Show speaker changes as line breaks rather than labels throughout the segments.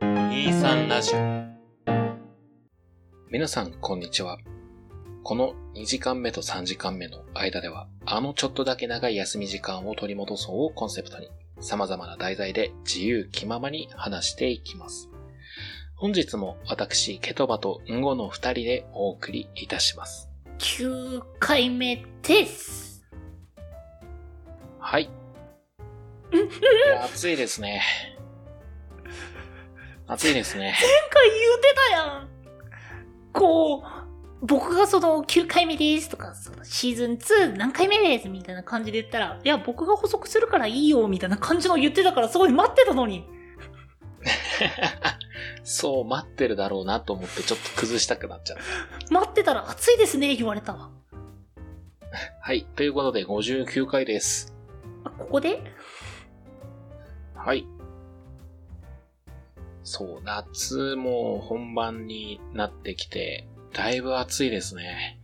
23ラジオ皆さん、こんにちは。この2時間目と3時間目の間では、あのちょっとだけ長い休み時間を取り戻そうをコンセプトに、様々な題材で自由気ままに話していきます。本日も私、ケトバとンゴの2人でお送りいたします。
9回目です。
はい。いや暑いですね。暑いですね。
前回言うてたやん。こう、僕がその9回目ですとか、そのシーズン2何回目ですみたいな感じで言ったら、いや、僕が補足するからいいよみたいな感じの言ってたからすごい待ってたのに。
そう、待ってるだろうなと思ってちょっと崩したくなっちゃった。
待ってたら暑いですね、言われたわ。
はい。ということで、59回です。
あ、ここで
はい。そう、夏も本番になってきて、だいぶ暑いですね。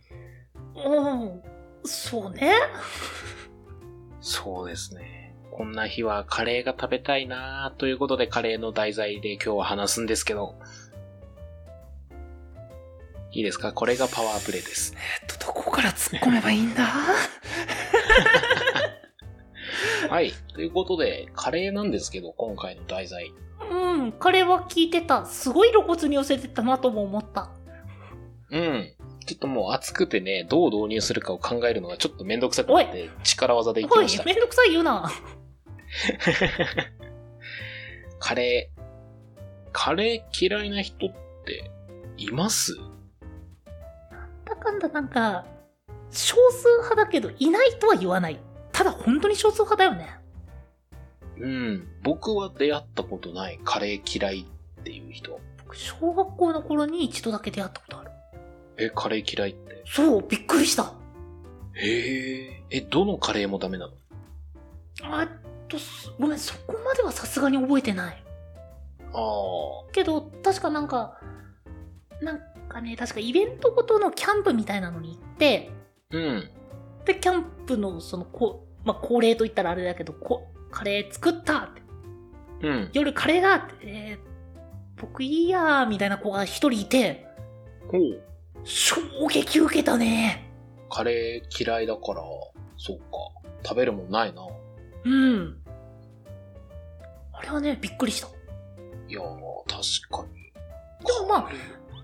うん。そうね。
そうですね。こんな日はカレーが食べたいなーということで、カレーの題材で今日は話すんですけど。いいですかこれがパワープレイです。
えっと、どこから突っ込めばいいんだ
はい。ということで、カレーなんですけど、今回の題材。
うん、彼は聞いてた。すごい露骨に寄せてたなとも思った。
うん。ちょっともう暑くてね、どう導入するかを考えるのがちょっとめんどくさくなって、力技でいき
おい
まし、た。
めんどくさい言うな。
カレー。カレー嫌いな人って、います
だかんだなんか、少数派だけど、いないとは言わない。ただ本当に少数派だよね。
うん。僕は出会ったことないカレー嫌いっていう人。
僕小学校の頃に一度だけ出会ったことある。
え、カレー嫌いって。
そう、びっくりした。
へえ。え、どのカレーもダメなの
あっと、すごめん、そこまではさすがに覚えてない。
あ
けど、確かなんか、なんかね、確かイベントごとのキャンプみたいなのに行って、
あ。うん。
で、キャンプのその、こう、まあ、恒例と言ったらあれだけど、こカレー作ったって。
うん。
夜カレーだって。えー僕いいやーみたいな子が一人いて、
ほう。
衝撃受けたね。
カレー嫌いだから、そうか。食べるもんないな。
うん。あれはね、びっくりした。
いやー、確かに。
もまあ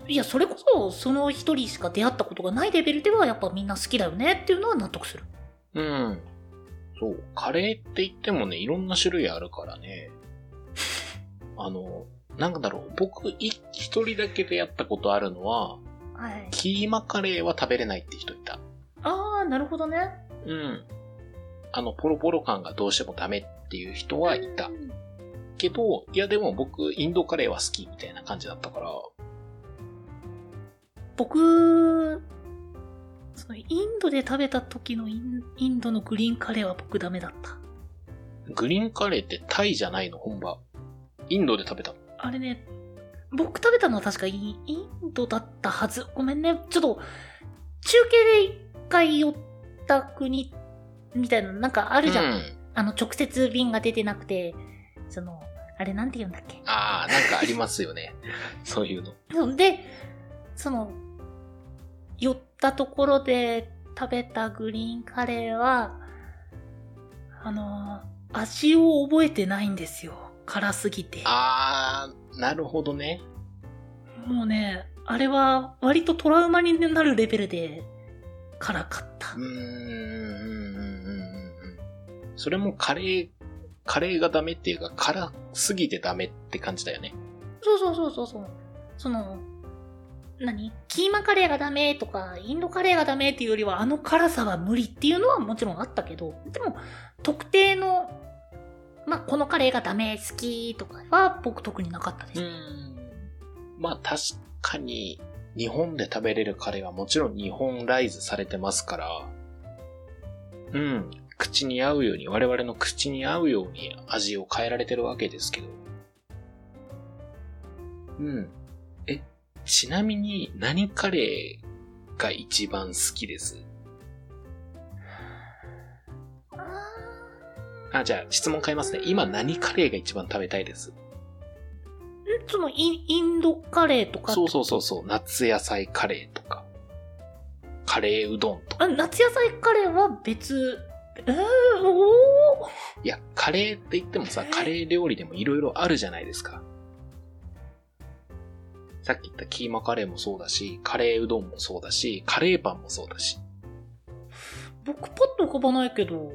いや、それこそ、その一人しか出会ったことがないレベルでは、やっぱみんな好きだよねっていうのは納得する。
うん。そう、カレーって言ってもね、いろんな種類あるから ね。あの、なんだろう、僕、い一人だけでやったことあるのは、
はい。
キーマカレーは食べれないって人いた。
あー、なるほどね。
うん。あの、ポロポロ感がどうしてもダメっていう人はいた。けど、いやでも僕、インドカレーは好きみたいな感じだったから、
僕、そのインドで食べた時のインインドのグリーンカレーは僕ダメだった。
グリーンカレーってタイじゃないの、本場。インドで食べたの。
あれね、僕食べたのは確かインインドだったはず。ごめんね。ちょっと、中継で一回寄った国みたいな、なんかあ
あ
るじゃん。
うん。
あの、直接便が出てなくて、その、あれなんて言うんだっけ。
ああ、なんかありますよ ね。そういうの。
そうで、その、寄ったところで食べたグリーンカレーは、あのー味を覚えてないんですよ。辛すぎて。
あー、なるほどね。
もうね、あれは割とトラウマになるレベルで辛かった
うー。んうんうんうんうん。それもカレー、カレーがダメっていうか、辛すぎてダメって感じだよね。
そうそうそうそうそう。その、何キーマカレーがダメとか、インドカレーがダメっていうよりは、あの辛さは無理っていうのはもちろんあったけど、でも、特定の、まあ、このカレーがダメ、好きとかは、僕特になかったです。
ん。まあ確かに、日本で食べれるカレーはもちろん日本ライズされてますから、うん。口に合うように、我々の口に合うように味を変えられてるわけですけど。うん。え、ちなみに何カレーが一番好きです
あー
あ、じゃあ質問変えますね。今何カレーが一番食べたいです
そのイン、インドカレーとか。
そうそうそうそう、夏野菜カレーとか、カレーうどんとか。
あ夏野菜カレーは別、えー、おー
いや、カレーって言ってもさ、カレー料理でもいろいろあるじゃないですか。さっき言ったキーマカレーもそうだし、カレーうどんもそうだし、カレーパンもそうだし。
僕パッと浮かばないけど、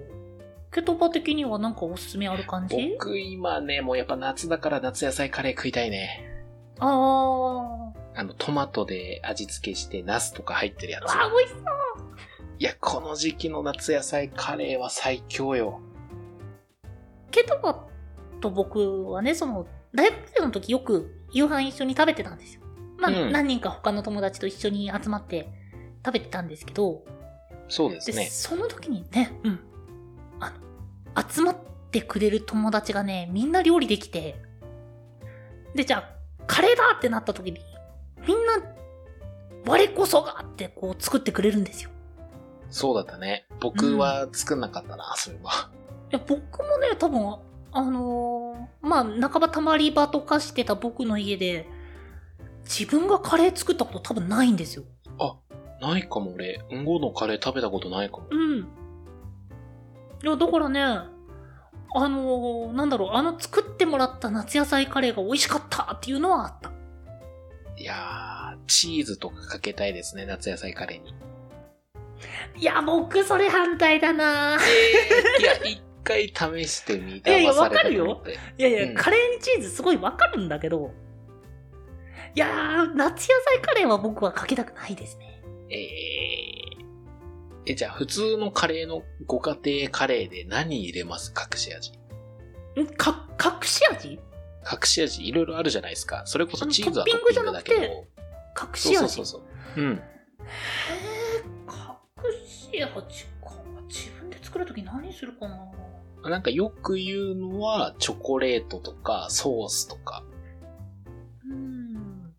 ケトバ的にはなんかおすすめある感じ
僕今ね、もうやっぱ夏だから夏野菜カレー食いたいね。
ああ。
あの、トマトで味付けして、ナスとか入ってるやつ。
あ、美味しそう。
いや、この時期の夏野菜カレーは最強よ。
ケトバと僕はね、その、大学生の時よく夕飯一緒に食べてたんですよ。まあ、
うん
何人か他の友達と一緒に集まって食べてたんですけど、
そうで
で、
すね。
その時にね、うん。あの、集まってくれる友達がね、みんな料理できて、で、じゃあ、カレーだってなった時に、みんな、我こそがってこう作ってくれるんですよ。
そうだったね。僕は作んなかったな、それは。
いや、僕もね、多分、あのーまあ、半ばたまり場とかしてた僕の家で、自分がカレー作ったこと多分ないんですよ。
ないかも俺、うんごのカレー食べたことないかも。
うん。いや、だからね、あのーなんだろう、あの作ってもらった夏野菜カレーが美味しかったっていうのはあった。
いやー、チーズとかかけたいですね、夏野菜カレーに。
いや、僕それ反対だな
いや、一回試してみ
いやいや
騙されたと思
わ
っ
か
て。
いやいや、
うん
カレーにチーズすごいわかるんだけど、いやー、夏野菜カレーは僕はかけたくないですね。
えーえ、じゃあ普通のカレーのご家庭カレーで何入れます隠し味。
んか、隠し味
隠し味いろいろあるじゃないですか。それこそチーズは
あ
ト
のト
ッ
ッピング
ピ
じゃ
ング
な
だ
く
け
て
ど。
隠
そう
し
そう
味
そうそう。うん。
へー隠し味か自分で作るとき何するかな
なんかよく言うのは、チョコレートとか、ソースとか。
うん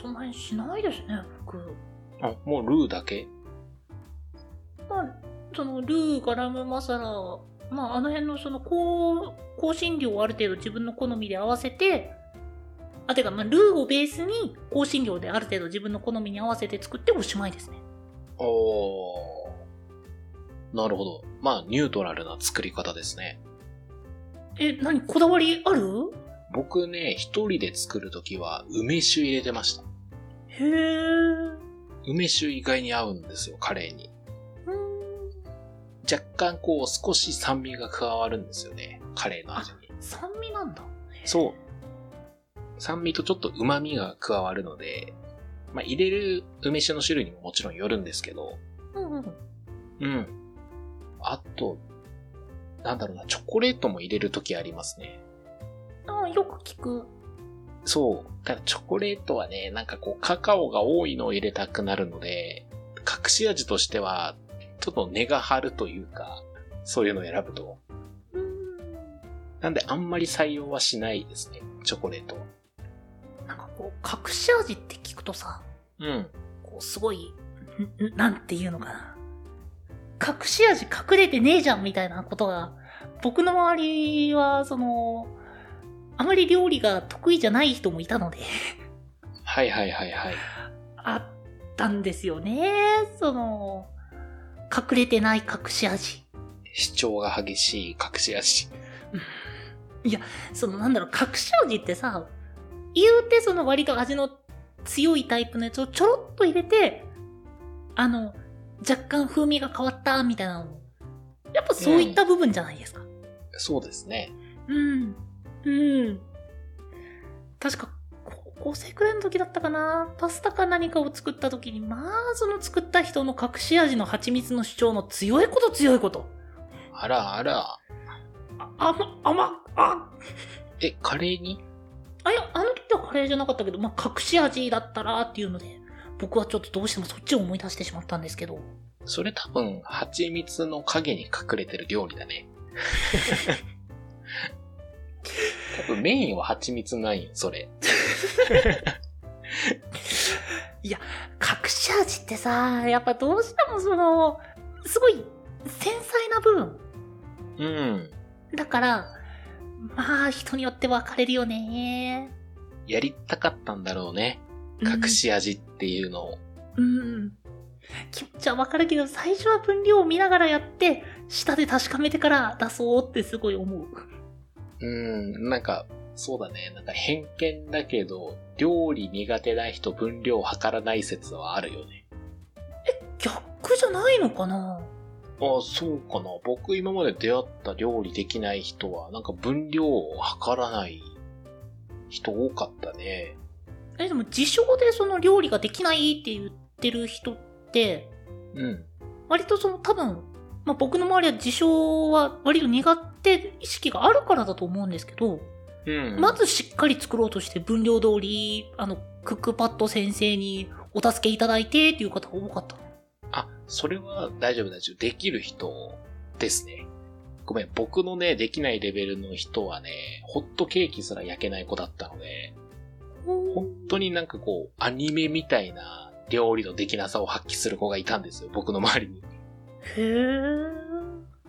そんなにしないですね僕
あ、もうルーだけ
まあそのルーガラムマサラまああの辺のその香香辛料をある程度自分の好みで合わせてあてか、まあ、ルーをベースに香辛料である程度自分の好みに合わせて作っておしまいですね
おー。なるほど。まあ、ニュートラルな作り方ですね。
え何こだわりある
僕ね、一人で作るときは、梅酒入れてました。
へえ
梅酒意外に合うんですよ、カレーに。若干こう、少し酸味が加わるんですよね、カレーの味に。
酸味なんだ
そう。酸味とちょっと旨味が加わるので、まあ、入れる梅酒の種類にももちろんよるんですけど、
うんうん
うん。あと、なんだろうな、チョコレートも入れるときありますね。
ああ、よく聞く。
そう。ただチョコレートはね、なんかこう、カカオが多いのを入れたくなるので、隠し味としては、ちょっと根が張るというか、そういうのを選ぶと。なんであんまり採用はしないですね、チョコレートは。
なんかこう、隠し味って聞くとさ、
うん。
こう、すごい、んんなんていうのかな。隠し味隠れてねえじゃんみたいなことが、僕の周りは、その、あまり料理が得意じゃない人もいたので、
はいはいはいはい。
あったんですよね。その、隠れてない隠し味。
主張が激しい隠し味。
そのなんだろう、隠し味ってさ、言うてその割と味の強いタイプのやつをちょろっと入れて、あの、若干風味が変わったみたいなのも、やっぱそういった部分じゃないですか。
そうですね。
うん。うん。確か、高校生くらいの時だったかな。パスタか何かを作った時に、まあ、その作った人の隠し味の蜂蜜の主張の強いこと強いこと。
あらあら。
あ、甘、甘、あ、
え、カレーに
あ、いや、あの時はカレーじゃなかったけど、まあ、隠し味だったらっていうので、僕はちょっとどうしてもそっちを思い出してしまったんですけど。
それ多分、蜂蜜の影に隠れてる料理だ ね。多分メインは蜂蜜なんよ、それ。
隠し味ってさ、やっぱどうしてもその、すごい繊細な部分。
うん。
だから、まあ、人によって分かれるよね。
やりたかったんだろうね。隠し味っていうのを。
うん。うん。気持ちは分かるけど、最初は分量を見ながらやって、舌で確かめてから出そうってすごい思う。
うん、なんか、そうだね。なんか偏見だけど、料理苦手な人分量測らない説はあるよね。
逆じゃないのかな
あそうかな。僕今まで出会った料理できない人は、なんか分量を測らない人多かったね。
え、でも自称でその料理ができないって言ってる人って、
うん。
割とその多分、まあ、僕の周りは自称は割と苦手意識があるからだと思うんですけど、
うん。
まずしっかり作ろうとして分量通り、あの、クックパッド先生にお助けいただいてっていう方が多かった。
あ、それは大丈夫大丈夫。できる人ですね。ごめん、僕のね、できないレベルの人はね、ホットケーキすら焼けない子だったので、本当になんかこう、アニメみたいな料理のできなさを発揮する子がいたんですよ、僕の周りに。
へー。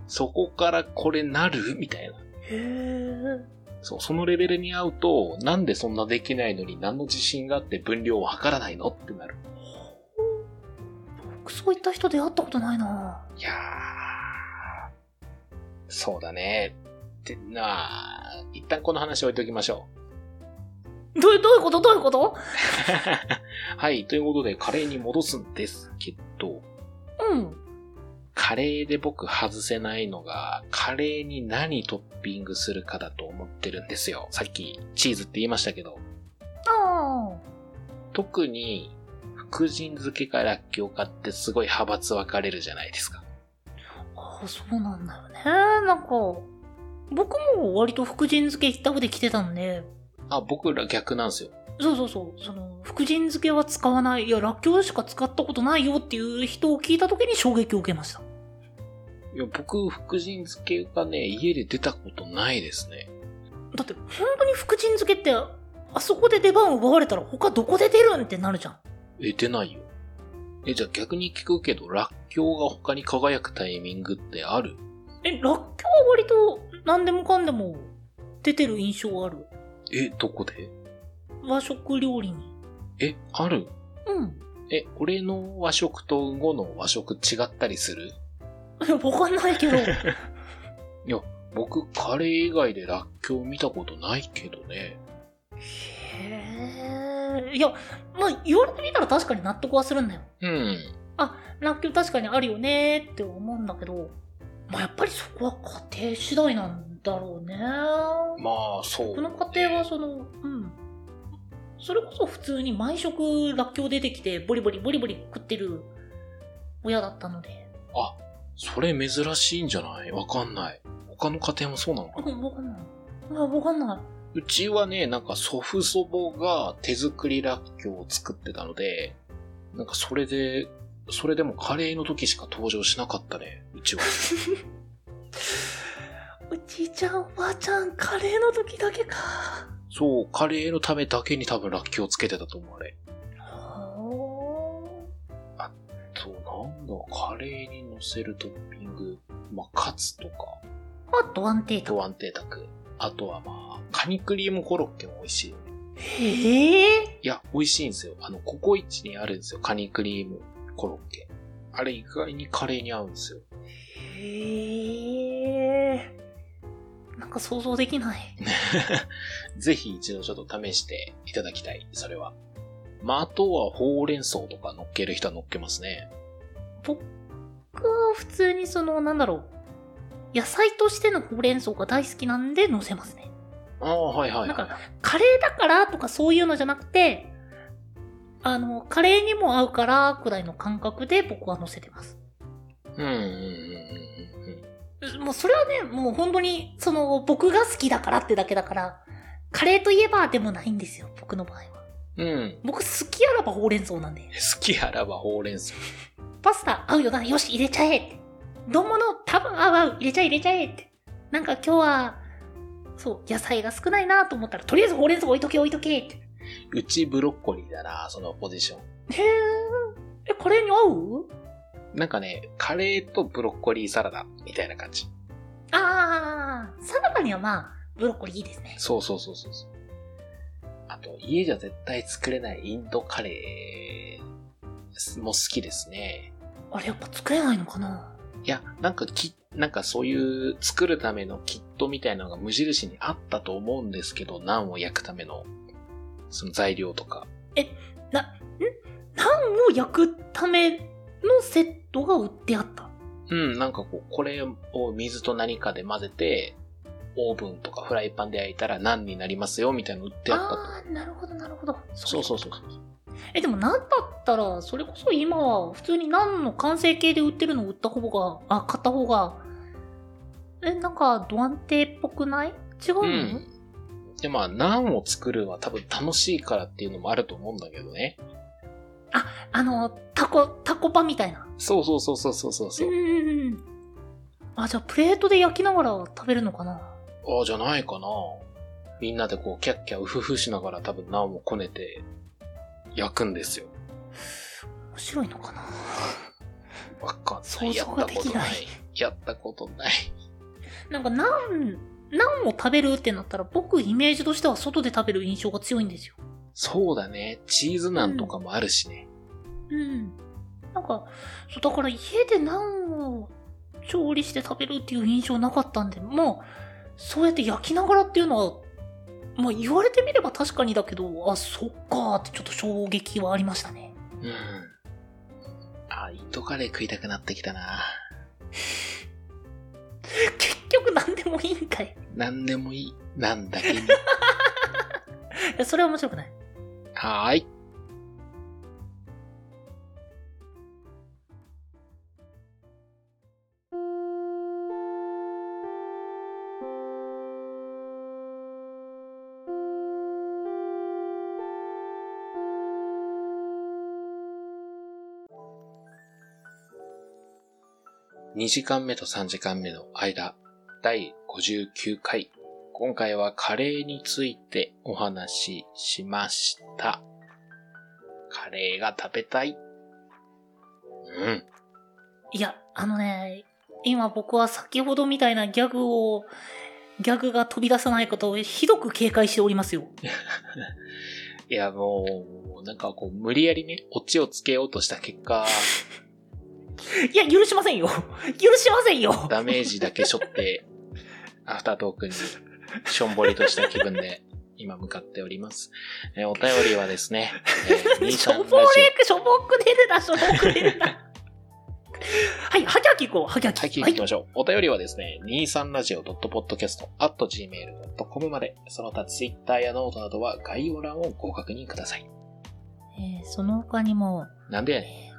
そこからこれなるみたいな。
へー。
そう、そのレベルに合うと、なんでそんなできないのに何の自信があって分量を測らないのってなる。
僕そういった人出会ったことないない
やー、そうだね。ってなあ一旦この話置いておきましょう。
どう、どういうことどういうこと
はい、ということで、カレーに戻すんですけど、
うん。
カレーで僕外せないのが、カレーに何トッピングするかだと思ってるんですよ。さっきチーズって言いましたけど、
あ
特に福神漬けからっきょうかってすごい派閥分かれるじゃないですか。
あ。ああ、そうなんだよね。なんか、僕も割と福神漬け一択で来てたんで、
あ、僕ら逆なんですよ。
そうそうそう、その、福神漬けは使わない、いや、らっきょうしか使ったことないよっていう人を聞いた時に衝撃を受けました。
いや、僕、福神漬けがね、家で出たことないですね。
だって、本当に福神漬けって、あそこで出番を奪われたら他どこで出るんってなるじゃん。
え、出ないよ。え、じゃあ逆に聞くけど、らっきょうが他に輝くタイミングってある
え、らっきょうは割と何でもかんでも出てる印象ある。
え、どこで
和食料理に。
え、ある
うん。
え、俺の和食とうんごの和食違ったりする
いや わかんないけど。
僕、カレー以外でらっきょう見たことないけどね。
へえ。いや、まあ、言われてみたら確かに納得はするんだよ。
うん。
らっきょう確かにあるよねって思うんだけど、まあ、やっぱりそこは家庭次第なんだろうね。
まあ、そう、
この家庭はその、うん。それこそ普通に毎食らっきょう出てきて、ボリボリボリボリ食ってる親だったので。
それ珍しいんじゃないわかんない。他の家庭もそうなのかな
うん、わかんない。あ、わかんな
うちはね、なんか祖父祖母が手作りらっきょうを作ってたので、なんかそれで、それでもカレーの時しか登場しなかったね、うちは。
い。うちいちゃん、おばあちゃん、カレーの時だけか。
そう、カレーのためだけに多分らっきょうつけてたと思われ。
は
そう、なんだ、カレーに乗せるトッピング。まあ、カツとか、
あ。あと安定感。
と安定卓。あとはまあ、カニクリームコロッケも美味しいよね。
へえ。
いや、美味しいんですよ。あの、ココイチにあるんですよ。カニクリームコロッケ。あれ意外にカレーに合うんですよ。
へえ。なんか想像できない。
ぜひ一度ちょっと試していただきたい。それは。まあ、あとはほうれん草とか乗っける人は乗っけますね。
僕は普通にその、なんだろう。野菜としてのほうれん草が大好きなんで乗せますね。
ああ、はいはい、
なん
はい。
か、カレーだからとかそういうのじゃなくて、あの、カレーにも合うからくらいの感覚で僕は乗せてます。
うん、うん、うん、うんうん。
もうそれはね、もう本当に、その、僕が好きだからってだけだから、カレーといえばでもないんですよ、僕の場合は。
うん。
僕好きあらばほうれん草なんで。
好きあらばほうれん草。
パスタ合うよな、よし、入れちゃえって。丼物多分合う合う、入れちゃえ入れちゃえって。なんか今日は、そう、野菜が少ないなと思ったら、とりあえずほうれん草置いとけ置いとけって。
うちブロッコリーだな、そのポジション。
へえ。え、カレーに合う
なんかね、カレーとブロッコリーサラダみたいな感じ。
あー、サラダにはまあ、ブロッコリーいいですね。
そうそうそうそうそう。あと、家じゃ絶対作れないインドカレーも好きですね。
あれやっぱ作れないのかない
や、なんかき、なんかそういう作るためのキットみたいなのが無印にあったと思うんですけど、ナンを焼くための、その材料とか。
ナンを焼くためのセットが売ってあった。
うん、なんかこう、これを水と何かで混ぜて、オーブンとかフライパンで焼いたらナンになりますよ、みたいなの売ってあったと。
ああ、なるほど、なるほど。
そうそうそう。
え、でもなんだったら、それこそ今は普通にナンの完成形で売ってるのを売った方が、あ、買った方が、え、なんか、ドアンテっぽくない違うの、
うん。で、まあ、ナンを作るは多分楽しいからっていうのもあると思うんだけどね。
あの、タコ、タコパみたいな。
そうそうそうそうそうそう。
うんうんうん。あ、じゃあプレートで焼きながら食べるのかな
ああ、じゃないかな。みんなでこう、キャッキャウフフしながら多分ナンをこねて、焼くんですよ。
面白いのかな
わかんな
想
い。や
像
っ
が
た
で
こと
き
な
ないい。
やったことない。
なんか、ナン、ナンを食べるってなったら、僕イメージとしては外で食べる印象が強いんですよ。
そうだね。チーズナンとかもあるしね。
うん。なんか、そう、だから家でナンを調理して食べるっていう印象なかったんで、まあ、そうやって焼きながらっていうのは、まあ言われてみれば確かにだけど、あ、そっかーってちょっと衝撃はありましたね。
うん。あー、インドカレー食いたくなってきたな。
結局何でもいいんかい。
なんでもいい。なんだけに。
いやそれは面白くない。
はーい。2時間目と3時間目の間、第59回今回はカレーについてお話ししました。カレーが食べたい。うん。
いや、あのね、今僕は先ほどみたいなギャグを、ギャグが飛び出さないことをひどく警戒しておりますよ。
いや、もう、なんかこう、無理やりね、オチをつけようとした結果、
いや、許しませんよ。許しませんよ。
ダメージだけ背負って、アフタートークに、しょんぼりとした気分で、今向かっております。えーお便りはですね、えー、
しょぼ
23
ー
ラジ
れしょぼく出るな、しょぼく出 るな。はい、はきはき行こう、はきはき。
はい、聞い
は
てい
い
きましょう。お便りはですね、23radio.podcast.gmail.com まで、その他 Twitter やノートなどは概要欄をご確認ください。
えーその他にも、
なんでやね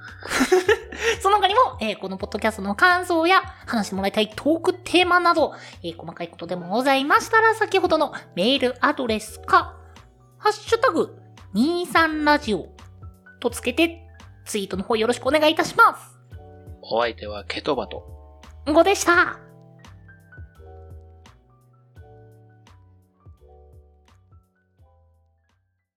その他にも、えーこのポッドキャストの感想や、話してもらいたいトークテーマなど、えー細かいことでもございましたら、先ほどのメールアドレスか、ハッシュタグ、23ラジオとつけて、ツイートの方よろしくお願いいたします。
んお相手はケトバと。
ごでした。